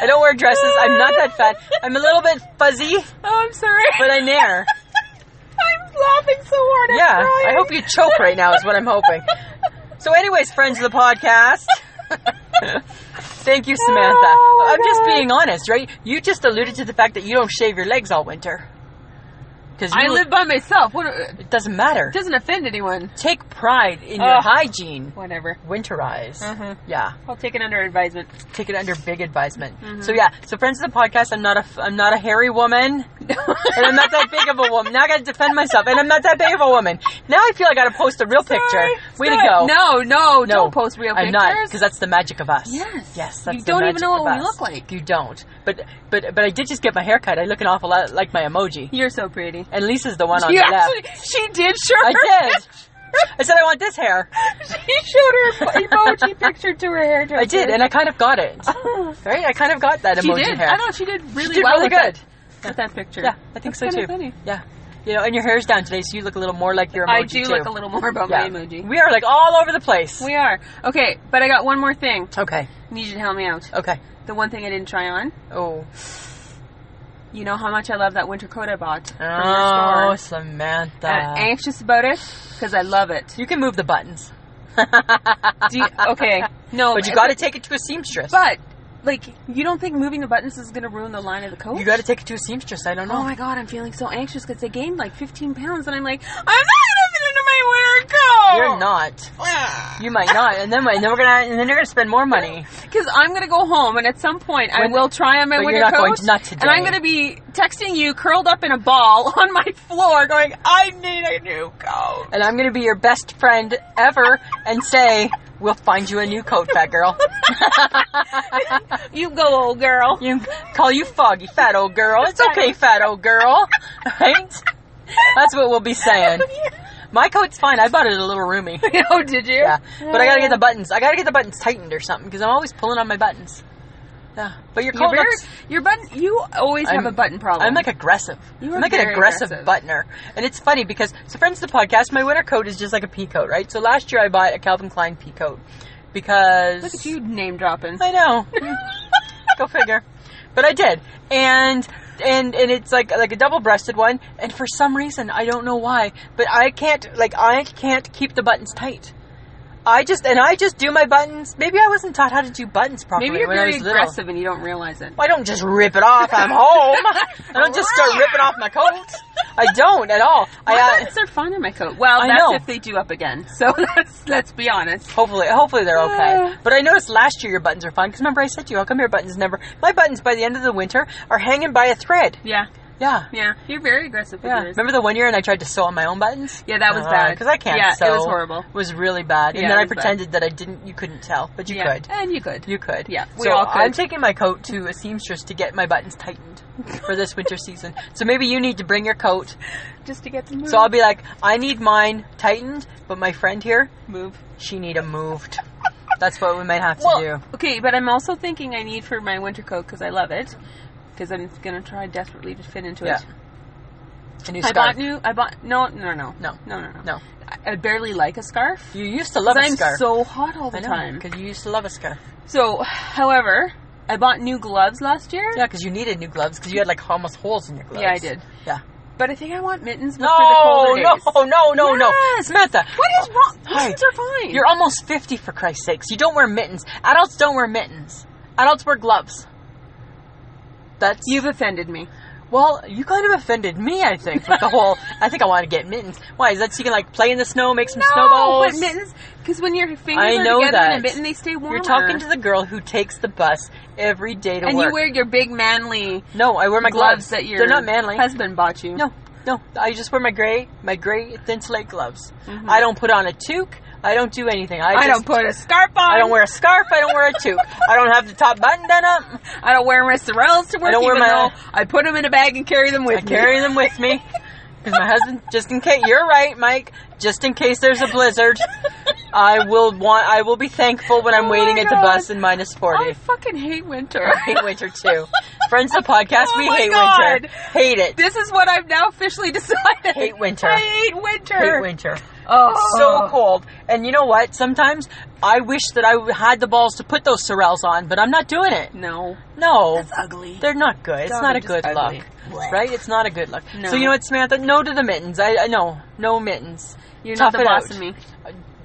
I don't wear dresses. I'm not that fat. I'm a little bit fuzzy, Oh, I'm sorry. but I nair. I'm laughing so hard. I'm Yeah. I crying. hope you choke right now is what I'm hoping. So anyways, friends of the podcast. Thank you, Samantha. Oh, my I'm just God. being honest, right? You just alluded to the fact that you don't shave your legs all winter. Because I live by myself. What? It It doesn't matter. doesn't offend anyone. Take pride in your Ugh. hygiene. Whatever. winterize. Uh-huh. Yeah, I'll take it under advisement. take it under big advisement. Mm-hmm. So yeah, so friends of the podcast, I'm not a f- I'm not a hairy woman, and I'm not that big of a woman. Now I got to defend myself, and I'm not that big of a woman. Now I feel I got to post a real picture. Way to go! No, no, don't post real I'm pictures. not because that's the magic of us. Yes. yes, You that's the don't even magic know of what we us. look like. You don't, but but but I did just get my haircut. I look an awful lot like my emoji, You're so pretty. and Lisa's the one on you the left. actually, she did sure. I did. I said I want this hair. she showed her emoji picture to her hairdresser. I did, and I kind of got it. Right? I kind of got that she emoji did. hair. I know she did really did well really with good. That, with that picture. Yeah, I think That's so kinda too. funny. Yeah, you know, and your hair's down today, so you look a little more like your emoji I do too. look a little more about yeah. my emoji. We are like all over the place. We are okay, but I got one more thing. okay, Need you to help me out. okay. The one thing I didn't try on. Oh, You know how much I love that winter coat I bought from oh, your store. Samantha. Uh, And I'm anxious about it because I love it. you can move the buttons, Do you, okay, no, but you got to take it to a seamstress. But like, you don't think moving the buttons is going to ruin the line of the coat? you got to take it to a seamstress. I don't know. Oh my god, I'm feeling so anxious because I gained like 15 pounds, and I'm like, I'm not gonna fit into my winter coat. You're not. Ah. You might not, and then and then we're gonna and then you're gonna spend more money. Because I'm gonna go home, and at some point I When- will try on my but you're winter not coat, going to- not today. and I'm gonna be texting you curled up in a ball on my floor, going, I need a new coat. And I'm gonna be your best friend ever, and say we'll find you a new coat, fat girl. You go, old girl. You call you foggy, fat old girl. It's okay, fat old girl. Right? That's what we'll be saying. My coat's fine. I bought it at a little roomy. oh, did you? Yeah. But I gotta get the buttons. I gotta get the buttons tightened or something because I'm always pulling on my buttons. Yeah. But your You're coat very, looks. your button. You always have I'm- a button problem. I'm like aggressive. You I'm are like an very aggressive, aggressive. buttoner. And it's funny because, so friends of the podcast, my winter coat is just like a pea coat, right? So last year I bought a Calvin Klein pea coat because. look at you name dropping. I know. Go figure. But I did, and and and it's like like a double breasted one. And for some reason, I don't know why, but I can't like I can't keep the buttons tight. I just and I just do my buttons. Maybe I wasn't taught how to do buttons properly Maybe you're when I very was little. aggressive and you don't realize it. I don't just rip it off. I'm home. I don't just start ripping off my coat. I don't at all. My I, uh, buttons are fine in my coat. Well, I that's know. if they do up again. So let's let's be honest. Hopefully, hopefully they're Yeah. okay. But I noticed last year your buttons are fine because remember I said to you, "How come your buttons never?" My buttons by the end of the winter are hanging by a thread. Yeah, Yeah, yeah. You're very aggressive with yeah. yours. Remember the one year and I tried to sew on my own buttons? Yeah, that was bad. because I can't. Yeah, sew. it was horrible. It was really bad. Yeah, and then it I was bad. pretended that I didn't. You couldn't tell, but you yeah. could. and you could. You could. Yeah, we so all could. I'm taking my coat to a seamstress to get my buttons tightened for this winter season. So maybe you need to bring your coat. just to get the move. So I'll be like, I need mine tightened, but my friend here, move. she need 'em moved. That's what we might have to do. okay, but I'm also thinking I need for my winter coat because I love it. Because I'm gonna try desperately to fit into Yeah. it. A new I scarf. bought new. I bought no, no, no, No. no, no, no. no, I, I barely like a scarf. you used to love a I'm scarf. so hot all the I know, time. because you used to love a scarf. So, however, I bought new gloves last year. Yeah, because you needed new gloves because you had like almost holes in your gloves. Yeah, I did. Yeah. But I think I want mittens for No, the colder no, days. no, no, no, Yes. Samantha. What is wrong? Hi. Mittens are fine. You're almost fifty for Christ's sakes. You don't wear mittens. Adults don't wear mittens. Adults wear gloves. That's You've offended me. well. You kind of offended me, I think, with the whole. I think I want to get mittens. Why is that? So you can like play in the snow, make some snowballs. but mittens, because when your fingers I are know together in that. a mitten, they stay warm. You're talking to the girl who takes the bus every day to and work. you wear your big manly no, I wear my gloves. gloves that your They're not manly. husband bought you. No, no. I just wear my gray, my gray thin slate gloves. I don't put on a toque. I don't do anything. I, Mm-hmm. I, don't just, put a scarf on. I don't wear a scarf. I don't wear a toque. I don't have the top button done up. I don't wear my sorels to work. I don't wear even my- though I put them in a bag and carry them with I me. carry them with me because my husband, just in case. You're right, Mike. Just in case there's a blizzard, I will want. I will be thankful when I'm Oh my waiting at the God. Oh bus in minus forty. I fucking hate winter. I hate winter too. Friends of the podcast, Oh we my hate God. winter. Hate it. This is what I've now officially decided. Hate winter. I hate winter. Hate winter. Oh, so cold. And you know what? Sometimes I wish that I had the balls to put those sorels on, but I'm not doing it. No, No. it's ugly. They're not good. It's God, not a they're good just look. ugly. Blech. Right? It's not a good look. No. So you know what, Samantha? No to the mittens. I, I no. No mittens. You're Tough not the it boss out. of me.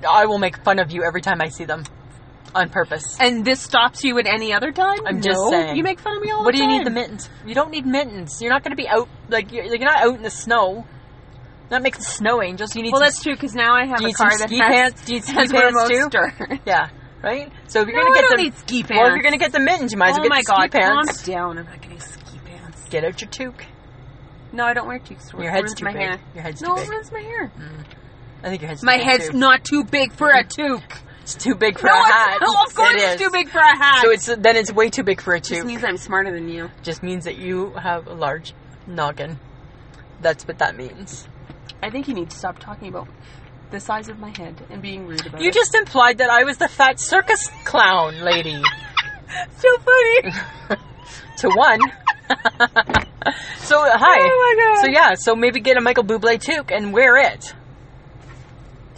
I will make fun of you every time I see them. On purpose. And this stops you at any other time? I'm just No. saying. You make fun of me all What the do you time. need the mittens? You don't need mittens. You're not going to be out like you're, you're not out in the snow. Not making snow angels. You need Well, some that's true because now I have Do a you need some car that ski has, pants? Do you need ski has pants remote too? start. Yeah, right. So if you're No, gonna I get don't the need ski well, if you're pants. gonna get the mittens, you might as oh well my get the god, ski pants. calm down. I'm not getting ski pants. Get out your toque. No, I don't wear cheeks. to work. Your It head's ruins too my big. hair. Your head's No, too it big. ruins my hair. I think your head's My too big, head's too. not too big for a toque. It's too big for no, a it's- hat. no, of course It it's is. too big for a hat. So it's then it's way too big for a it just toque. means I'm smarter than you. Just means that you have a large noggin. That's what that means. I think you need to stop talking about the size of my head and being rude about You it. just implied that I was the fat circus clown lady. so funny. to one. so uh, hi. Oh my God. So yeah, so maybe get a Michael Bublé toque and wear it.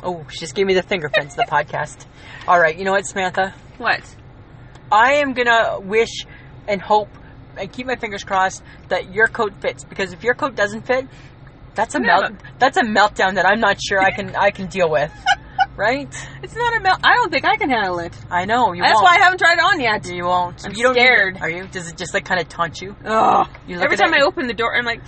Oh, she just gave me the finger fence. the podcast. All right, you know what, Samantha? what? I am gonna wish and hope and keep my fingers crossed that your coat fits because if your coat doesn't fit, that's a No. melt. That's a meltdown that I'm not sure I can I can deal with. Right? It's not a mel. I don't think I can handle it. I know you. That's won't. why I haven't tried it on yet. You won't. I'm you don't need it. scared. Are you? Does it just like kind of taunt you? Ugh. You look Every at time it- I open the door, I'm like,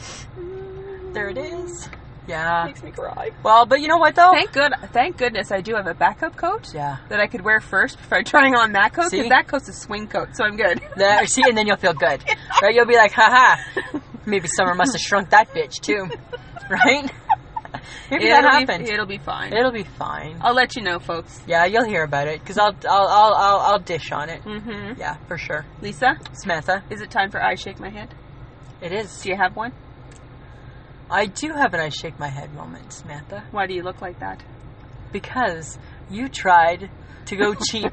There it is. Yeah. makes me cry. Well, but you know what though? Thank good, thank goodness I do have a backup coat yeah. that I could wear first before trying on that coat. See? Because that coat's a swing coat, so I'm good. There, see, and then you'll feel good, right? You'll be like, haha. Maybe summer must have shrunk that bitch too, right? Maybe that It'll be- happened. It'll be fine. It'll be fine. I'll let you know, folks. Yeah, you'll hear about it because I'll, I'll I'll I'll I'll dish on it. Mm-hmm. Yeah, for sure. Lisa, Samantha, is it time for I shake my head? it is. Do you have one? I do have an I shake my head moment, Samantha, Why do you look like that? because you tried to go cheap.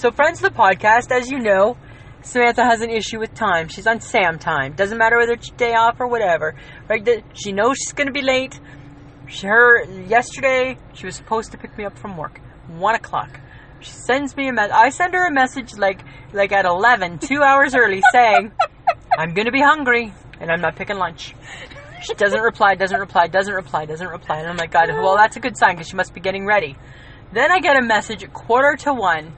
so, friends of the podcast, as you know, Samantha has an issue with time. She's on Sam time. Doesn't matter whether it's day off or whatever. Right? That- She knows she's going to be late. She, her yesterday, she was supposed to pick me up from work, one o'clock. She sends me a message. I send her a message like like at eleven, two hours early, saying, "I'm going to be hungry and I'm not picking lunch." She doesn't reply, doesn't reply, doesn't reply, doesn't reply, and I'm like, "God, well, that's a good sign because she must be getting ready." Then I get a message at quarter to one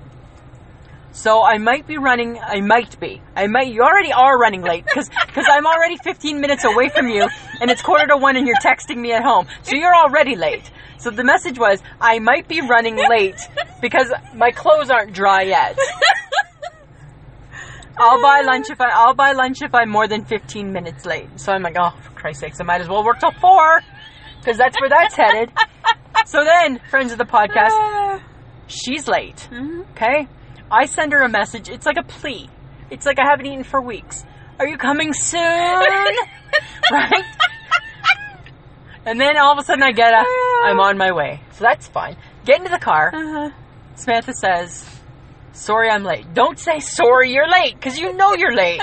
so I might be running. I might be. I might. You already are running late because I'm already 15 minutes away from you, and it's quarter to one, and you're texting me at home. So you're already late. So the message was, I might be running late because my clothes aren't dry yet. I'll buy lunch if I. I'll buy lunch if I'm more than 15 minutes late. So I'm like, oh, for Christ's sakes, I might as well work till four because that's where that's headed. So then, friends of the podcast, she's late. Okay? I send her a message. It's like a plea. It's like I haven't eaten for weeks. Are you coming soon? right? And then all of a sudden I get a, I'm on my way. So that's fine. Get into the car. Uh-huh. Samantha says, Sorry I'm late. Don't say sorry you're late because you know you're late.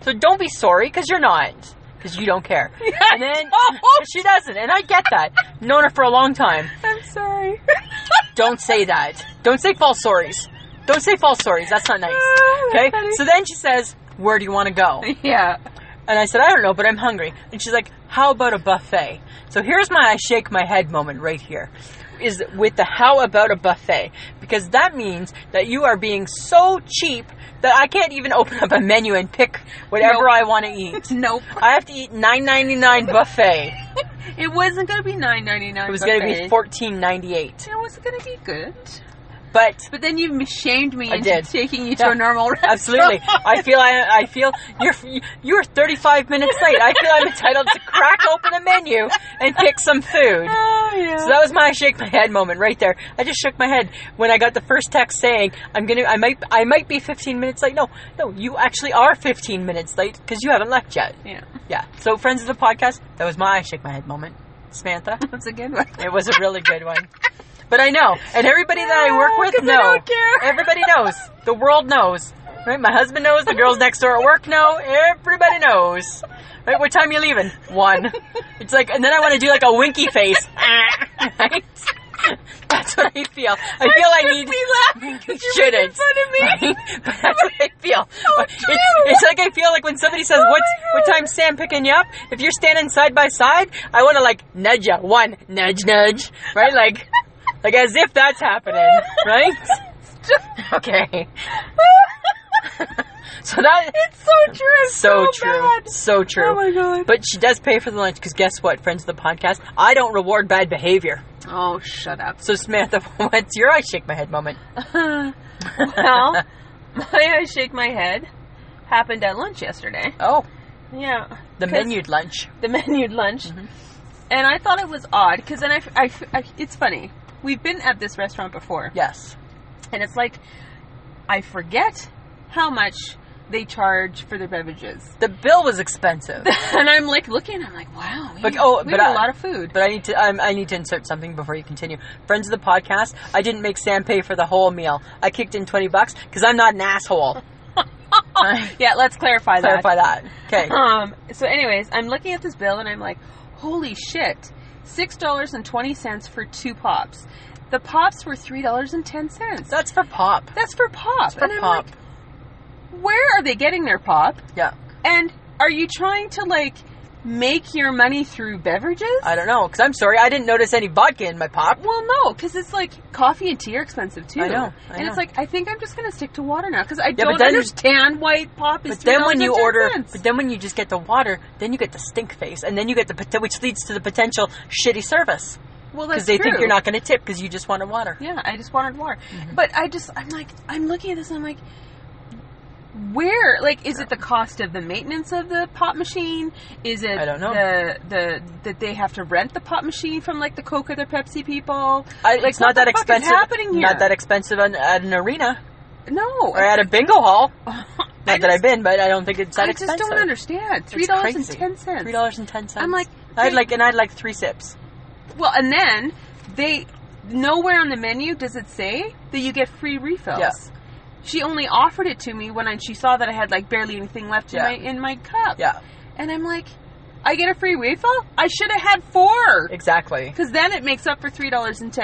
So don't be sorry because you're not. Because you don't care. And then she doesn't. And I get that. Known her for a long time. I'm sorry. Don't say that. Don't say false stories. Don't say false stories. That's not nice. Ah, that's Okay? funny. So then she says, Where do you want to go? yeah. And I said, I don't know, but I'm hungry. And she's like, How about a buffet? So here's my I shake my head moment right here is with the how about a buffet because that means that you are being so cheap that I can't even open up a menu and pick whatever Nope. I want to eat. Nope. I have to eat 9.99 buffet. It wasn't gonna be nine ninety nine. It was going to be 14.98. It was gonna be good. But But then you shamed me I into did. taking you to Yeah. a normal restaurant. Absolutely. I feel I, I feel you're you're 35 minutes late. I feel I'm entitled to crack open a menu and pick some food. Oh, yeah. So that was my shake my head moment right there. I just shook my head when I got the first text saying I'm gonna I might I might be 15 minutes late. No, no, you actually are 15 minutes late because you haven't left yet. yeah. Yeah. So friends of the podcast, that was my shake my head moment. Samantha, That's a good one. it was a really good one. But I know, and everybody that I work Yeah, with "Ah, 'cause I know. don't care. Everybody knows. The world knows. Right? My husband knows. The girls next door at work know. Everybody knows. Right? What time you leaving? One. It's like, and then I want to do like a winky face. right? That's what I feel. I feel I, need. Be laughing You 'cause you're shouldn't. making fun of me. Right? But that's what I feel. it's, true. Oh it's like I feel like when somebody says, "What what time's Sam picking you up?" If you're standing side by side, I want to like nudge you. One nudge, nudge, right? Like, like as if that's happening, right? Okay. so that It's so true. It's so, so true, bad. so true. Oh my god. But she does pay for the lunch because guess what, friends of the podcast, I don't reward bad behavior. oh, shut up. So Samantha, what's your I shake my head moment? well, my I shake my head happened at lunch yesterday. Oh, Yeah. the 'Cause- menued lunch. The menued lunch. Mm-hmm. And I thought it was odd because then I, f- I f- I- it's funny. We've been at this restaurant before, Yes. and it's like I forget how much they charge for their beverages. The bill was expensive. and I'm like looking, I'm like, wow, we, But- had- oh, we but had a I- lot of food. But I need to um, I need to insert something before you continue. Friends of the podcast, I didn't make Sam pay for the whole meal. I kicked in twenty bucks because I'm not an asshole. Oh, yeah, let's clarify, Clarify that. Okay. that. Um, so, anyways, I'm looking at this bill and I'm like, holy shit, six dollars and twenty cents for two pops. The pops were three dollars and ten cents. That's for pop. That's for pop. That's for and I'm pop. like, where are they getting their pop? yeah. And are you trying to like make your money through beverages? I don't know because I'm sorry I didn't notice any vodka in my pop. Well, no, because it's like coffee and tea are expensive too. I know, I and it's know. like I think I'm just gonna stick to water now because I but don't then- understand why pop is. But then when you order, $3.10. but then when you just get the water, then you get the stink face, and then you get the pot- which leads to the potential shitty service well, that's because they think true. you're not Mm-hmm. going to tip because you just wanted water. Yeah, I just wanted water, but I just I'm like I'm looking at this and I'm like. Where like is it the cost of the maintenance of the pop machine? Is it I don't know. the the that they have to rent the pop machine from like the Coke or the Pepsi people? I, Like, it's not what the that fuck is expensive. happening here? Not that expensive on, at an arena No, or at a bingo hall. Not I that I've been, but I don't think it's that I just expensive. don't understand. Three dollars and ten cents. Three dollars and ten cents. I'm like, I'd they- like, and I'd like three sips. Well, and then they nowhere on the menu does it say that you get free refills. Yeah. She only offered it to me when I, she saw that I had like barely anything left Yeah. in my in my cup. Yeah, And I'm like, I get a free refill? I should have had four. exactly. Cuz then it makes up for $3.10.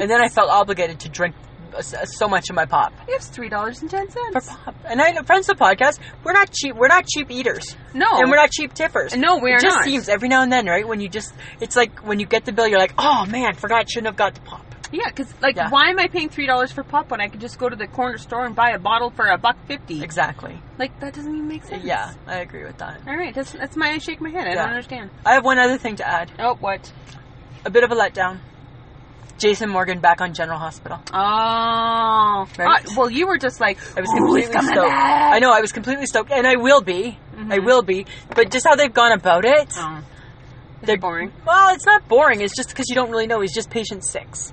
And then I felt obligated to drink uh, so much of my pop. it's $3.10. For pop. And I, friends of the podcast, we're not cheap. We're not cheap eaters, No. and we're not cheap tippers. Oh. No, we are It just not. seems every now and then, right? When you just, it's like when you get the bill, you're like, oh man, forgot, shouldn't have got the pop. yeah, cuz like Yeah. why am I paying $3 for pop when I could just go to the corner store and buy a bottle for a buck 50? Exactly. Like that doesn't even make sense. Yeah, I agree with that. All right, that's that's my I shake my head. I Yeah. don't understand. I have one other thing to add. Oh, what? A bit of a letdown. Jason Morgan back on General Hospital. Oh, Right? Ah, well, you were just like I "Ooh, was he's completely coming stoked. back." Mm-hmm. I know I was completely stoked, and I will be. I will be. But just how they've gone about it, Oh, they're boring. Well, it's not boring. It's just because you don't really know. He's just patient six.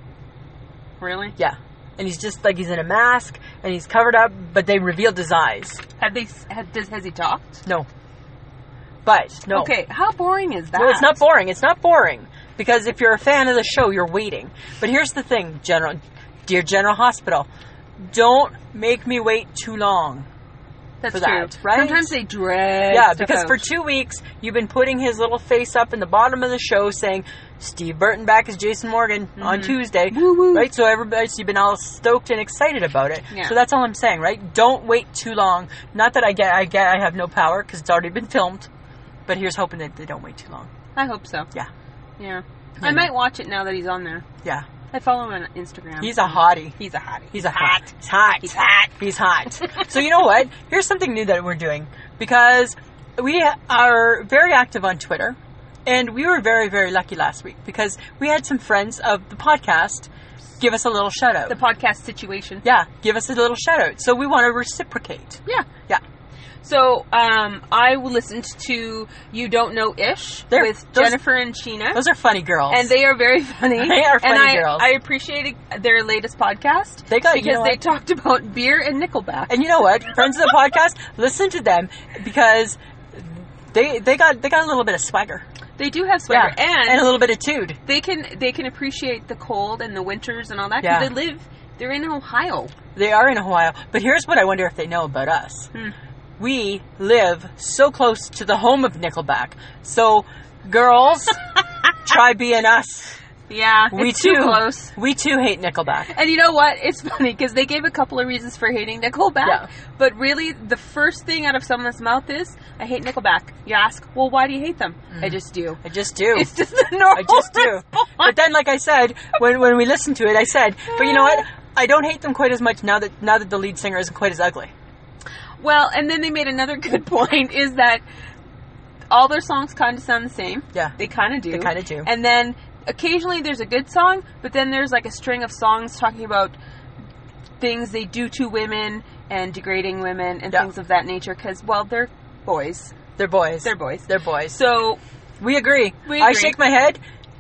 really? Yeah, and he's just like he's in a mask and he's covered up, but they revealed his eyes. Have they? s- Have, does has he talked? No, but no. Okay, how boring is that? No, it's not boring. It's not boring because if you're a fan of the show, you're waiting. But here's the thing, General, dear General Hospital, don't make me wait too long. That's for true. that, right? Sometimes they drag. Yeah, stuff because out. for two weeks you've been putting his little face up in the bottom of the show, saying Steve Burton back as Jason Morgan on Tuesday, Mm-hmm. Woo woo. right? So everybody, so you've been all stoked and excited about it. Yeah. So that's all I'm saying, right? Don't wait too long. Not that I get, I get, I have no power because it's already been filmed. But here's hoping that they don't wait too long. I hope so. Yeah, Yeah, I might watch it now that he's on there. yeah. I follow him on Instagram. He's a hottie. he's a hottie. He's a hot. He's hot. He's hot. He's hot. so you know what? Here's something new that we're doing because we are very active on Twitter, and we were very very lucky last week because we had some friends of the podcast give us a little shout out. the podcast situation. yeah, give us a little shout out. So we want to reciprocate. Yeah. Yeah. So um, I listened to You Don't Know Ish They're- with those- Jennifer and Sheena. Those are funny girls. and they are very funny. They are funny and I, girls. I appreciated their latest podcast. They got- you because know they what? talked about beer and Nickelback. And you know what? Friends of the podcast, listen to them because they they got they got a little bit of swagger. they do have swagger, and, and a little bit of tude. they can they can appreciate the cold and the winters and all that. Yeah. because They live. They're in Ohio. They are in Ohio, but here's what I wonder if they know about us. Hmm. We live so close to the home of Nickelback. So, girls, try being us. Yeah, We it's too, too close. we too hate Nickelback. And you know what? It's funny because they gave a couple of reasons for hating Nickelback, Yeah. but really the first thing out of someone's mouth is, "I hate Nickelback." You ask, "Well, why do you hate them?" I just do. I just do. It's just the normal. Mm-hmm. I just do. response. But then, like I said, when when we listened to it, I said, but you know what? I don't hate them quite as much now that now that the lead singer isn't quite as ugly. Well, and then they made another good point is that all their songs kind of sound the same. Yeah. They kind of do. They kinda do. And then occasionally there's a good song, but then there's like a string of songs talking about things they do to women and degrading women and Yeah. things of that nature because, well, they're boys. They're boys. They're boys. They're boys. So, We agree. We I agree. Mm-hmm. shake my head.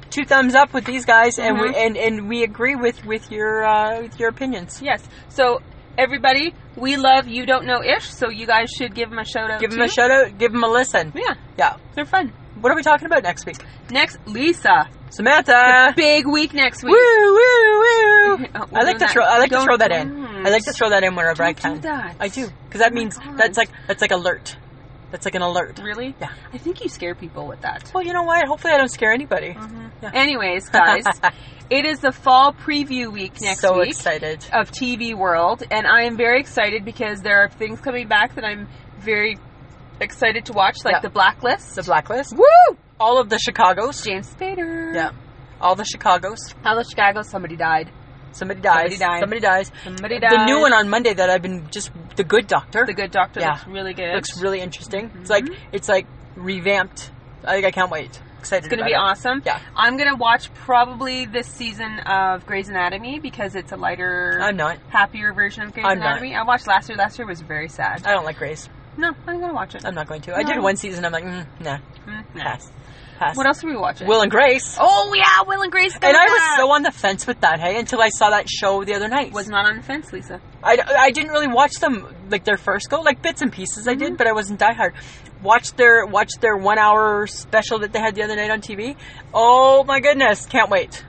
Two thumbs up with these guys, and we and, and we agree with with your uh, with your opinions. yes. So everybody, we love You Don't Know Ish, so you guys should give them a shout out. Give them too. a shout out. Give them a listen. Yeah, Yeah. they're fun. What are we talking about next week? Next, Lisa. Samantha. Big week next Woo week. Uh, woo woo! Uh, we're I like doing to that. throw. I like to Don't- throw that in. I like to Mm. throw that in wherever I Don't can. do that. I do because that Oh my means God. that's like that's like alert. That's like an alert. Really? Yeah. I think you scare people with that. Well, you know what? Hopefully, I don't scare anybody. Mm-hmm. Yeah. Anyways, guys, it is the fall preview week next so week excited. of TV World, and I am very excited because there are things coming back that I'm very excited to watch, like Yeah. The Blacklist, The blacklist. Woo! All of the Chicago's. James Spader, Yeah. All the Chicago's. How the Chicago somebody died, Somebody Somebody dies. dies. Somebody dies. somebody died. The new one on Monday that I've been just the Good Doctor The Good Doctor, Yeah. looks really good. Mm-hmm. looks really interesting. It's like it's like revamped. I I can't wait. Excited. it's gonna about be it. awesome. Yeah. I'm gonna watch probably this season of Grey's Anatomy because it's a lighter, I'm not. happier version of Grey's I'm not. Anatomy. I watched last year. Last year was very sad. I don't like Grace. No, I'm gonna watch it. I'm not going to. I No. did one season. I'm like, mm, nah, Mm, nah. pass, pass. What else are we watching? Will and Grace. Oh yeah, Will and Grace. and I was so on the fence with that, hey, until I saw that show the other night. was not on the fence, Lisa. I, I didn't really watch them like their first go, like bits and pieces I Mm-hmm. did, but I wasn't diehard. Watched their watched their one hour special that they had the other night on TV. Oh my goodness, can't wait.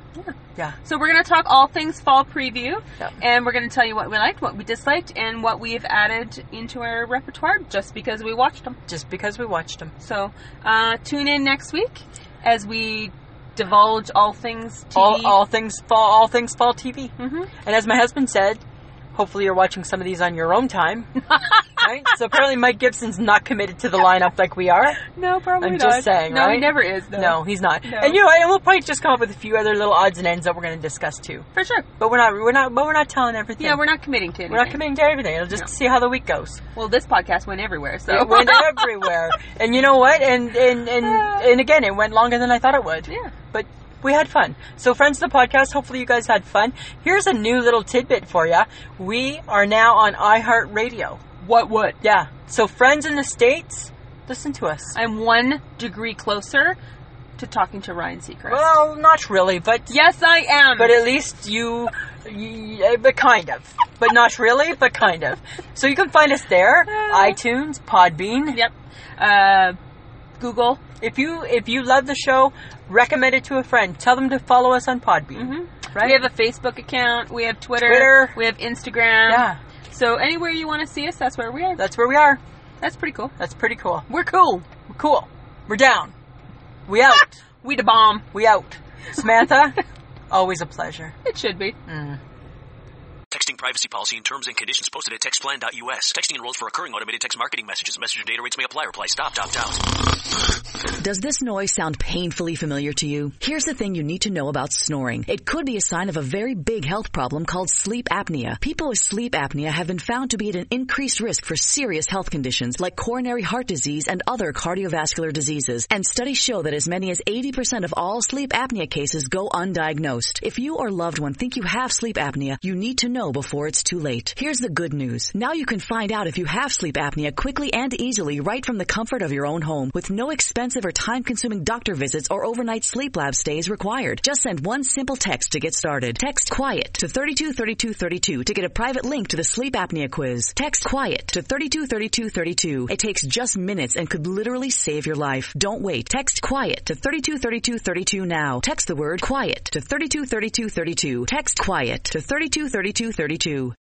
Yeah, So we're gonna talk all things fall preview, Yeah. and we're gonna tell you what we liked, what we disliked, and what we've added into our repertoire just because we watched them. just because we watched them. So uh, tune in next week as we divulge all things TV. All, all things fall, all things fall TV. Mhm. And as my husband said, hopefully you're watching some of these on your own time. right? So apparently Mike Gibson's not committed to the lineup like we are. No, probably I'm not. just saying, no, he right? never is. Though. No, he's not. No. And you know, and we'll probably just come up with a few other little odds and ends that we're going to discuss too. for sure. But we're not, we're not, but we're not telling everything. Yeah, we're not committing to anything. We're not committing to everything. It'll just No. see how the week goes. Well, this podcast went everywhere, so It went everywhere, and you know what? And and and and again, it went longer than I thought it would. Yeah. But we had fun. So, friends of the podcast, hopefully you guys had fun. Here's a new little tidbit for you. We are now on iHeartRadio. what would? Yeah. So, friends in the states, listen to us. I'm one degree closer to talking to Ryan Seacrest. Well, not really, but yes, I am. but at least you, y- but kind of, but not really, but kind of. So you can find us there, iTunes, Podbean. Yep. Uh, Google. If you if you love the show, recommend it to a friend. Tell them to follow us on Podbean. Mm-hmm. Mm-hmm. Right. We have a Facebook account. We have Twitter. Twitter. We have Instagram. yeah, So anywhere you want to see us, that's where we are. that's where we are. That's pretty cool. That's pretty cool. We're cool. We're cool. We're down. We out. We the bomb. we out. Samantha, always a pleasure. It should be. Texting privacy policy and terms and conditions posted at textplan.us. Texting enrolls for occurring automated text marketing messages. Message and data rates may apply. Reply stop, opt out. Does this noise sound painfully familiar to you? Here's the thing you need to know about snoring. It could be a sign of a very big health problem called sleep apnea. People with sleep apnea have been found to be at an increased risk for serious health conditions like coronary heart disease and other cardiovascular diseases. And studies show that as many as 80% of all sleep apnea cases go undiagnosed. If you or loved one think you have sleep apnea, you need to know before it's too late. Here's the good news. Now you can find out if you have sleep apnea quickly and easily right from the comfort of your own home with no expensive or time-consuming doctor visits or overnight sleep lab stays required. Just send one simple text to get started. Text quiet to 323232 to get a private link to the sleep apnea quiz. Text quiet to 323232. It takes just minutes and could literally save your life. Don't wait. Text quiet to 323232 now. Text the word quiet to 323232. Text quiet to 323232.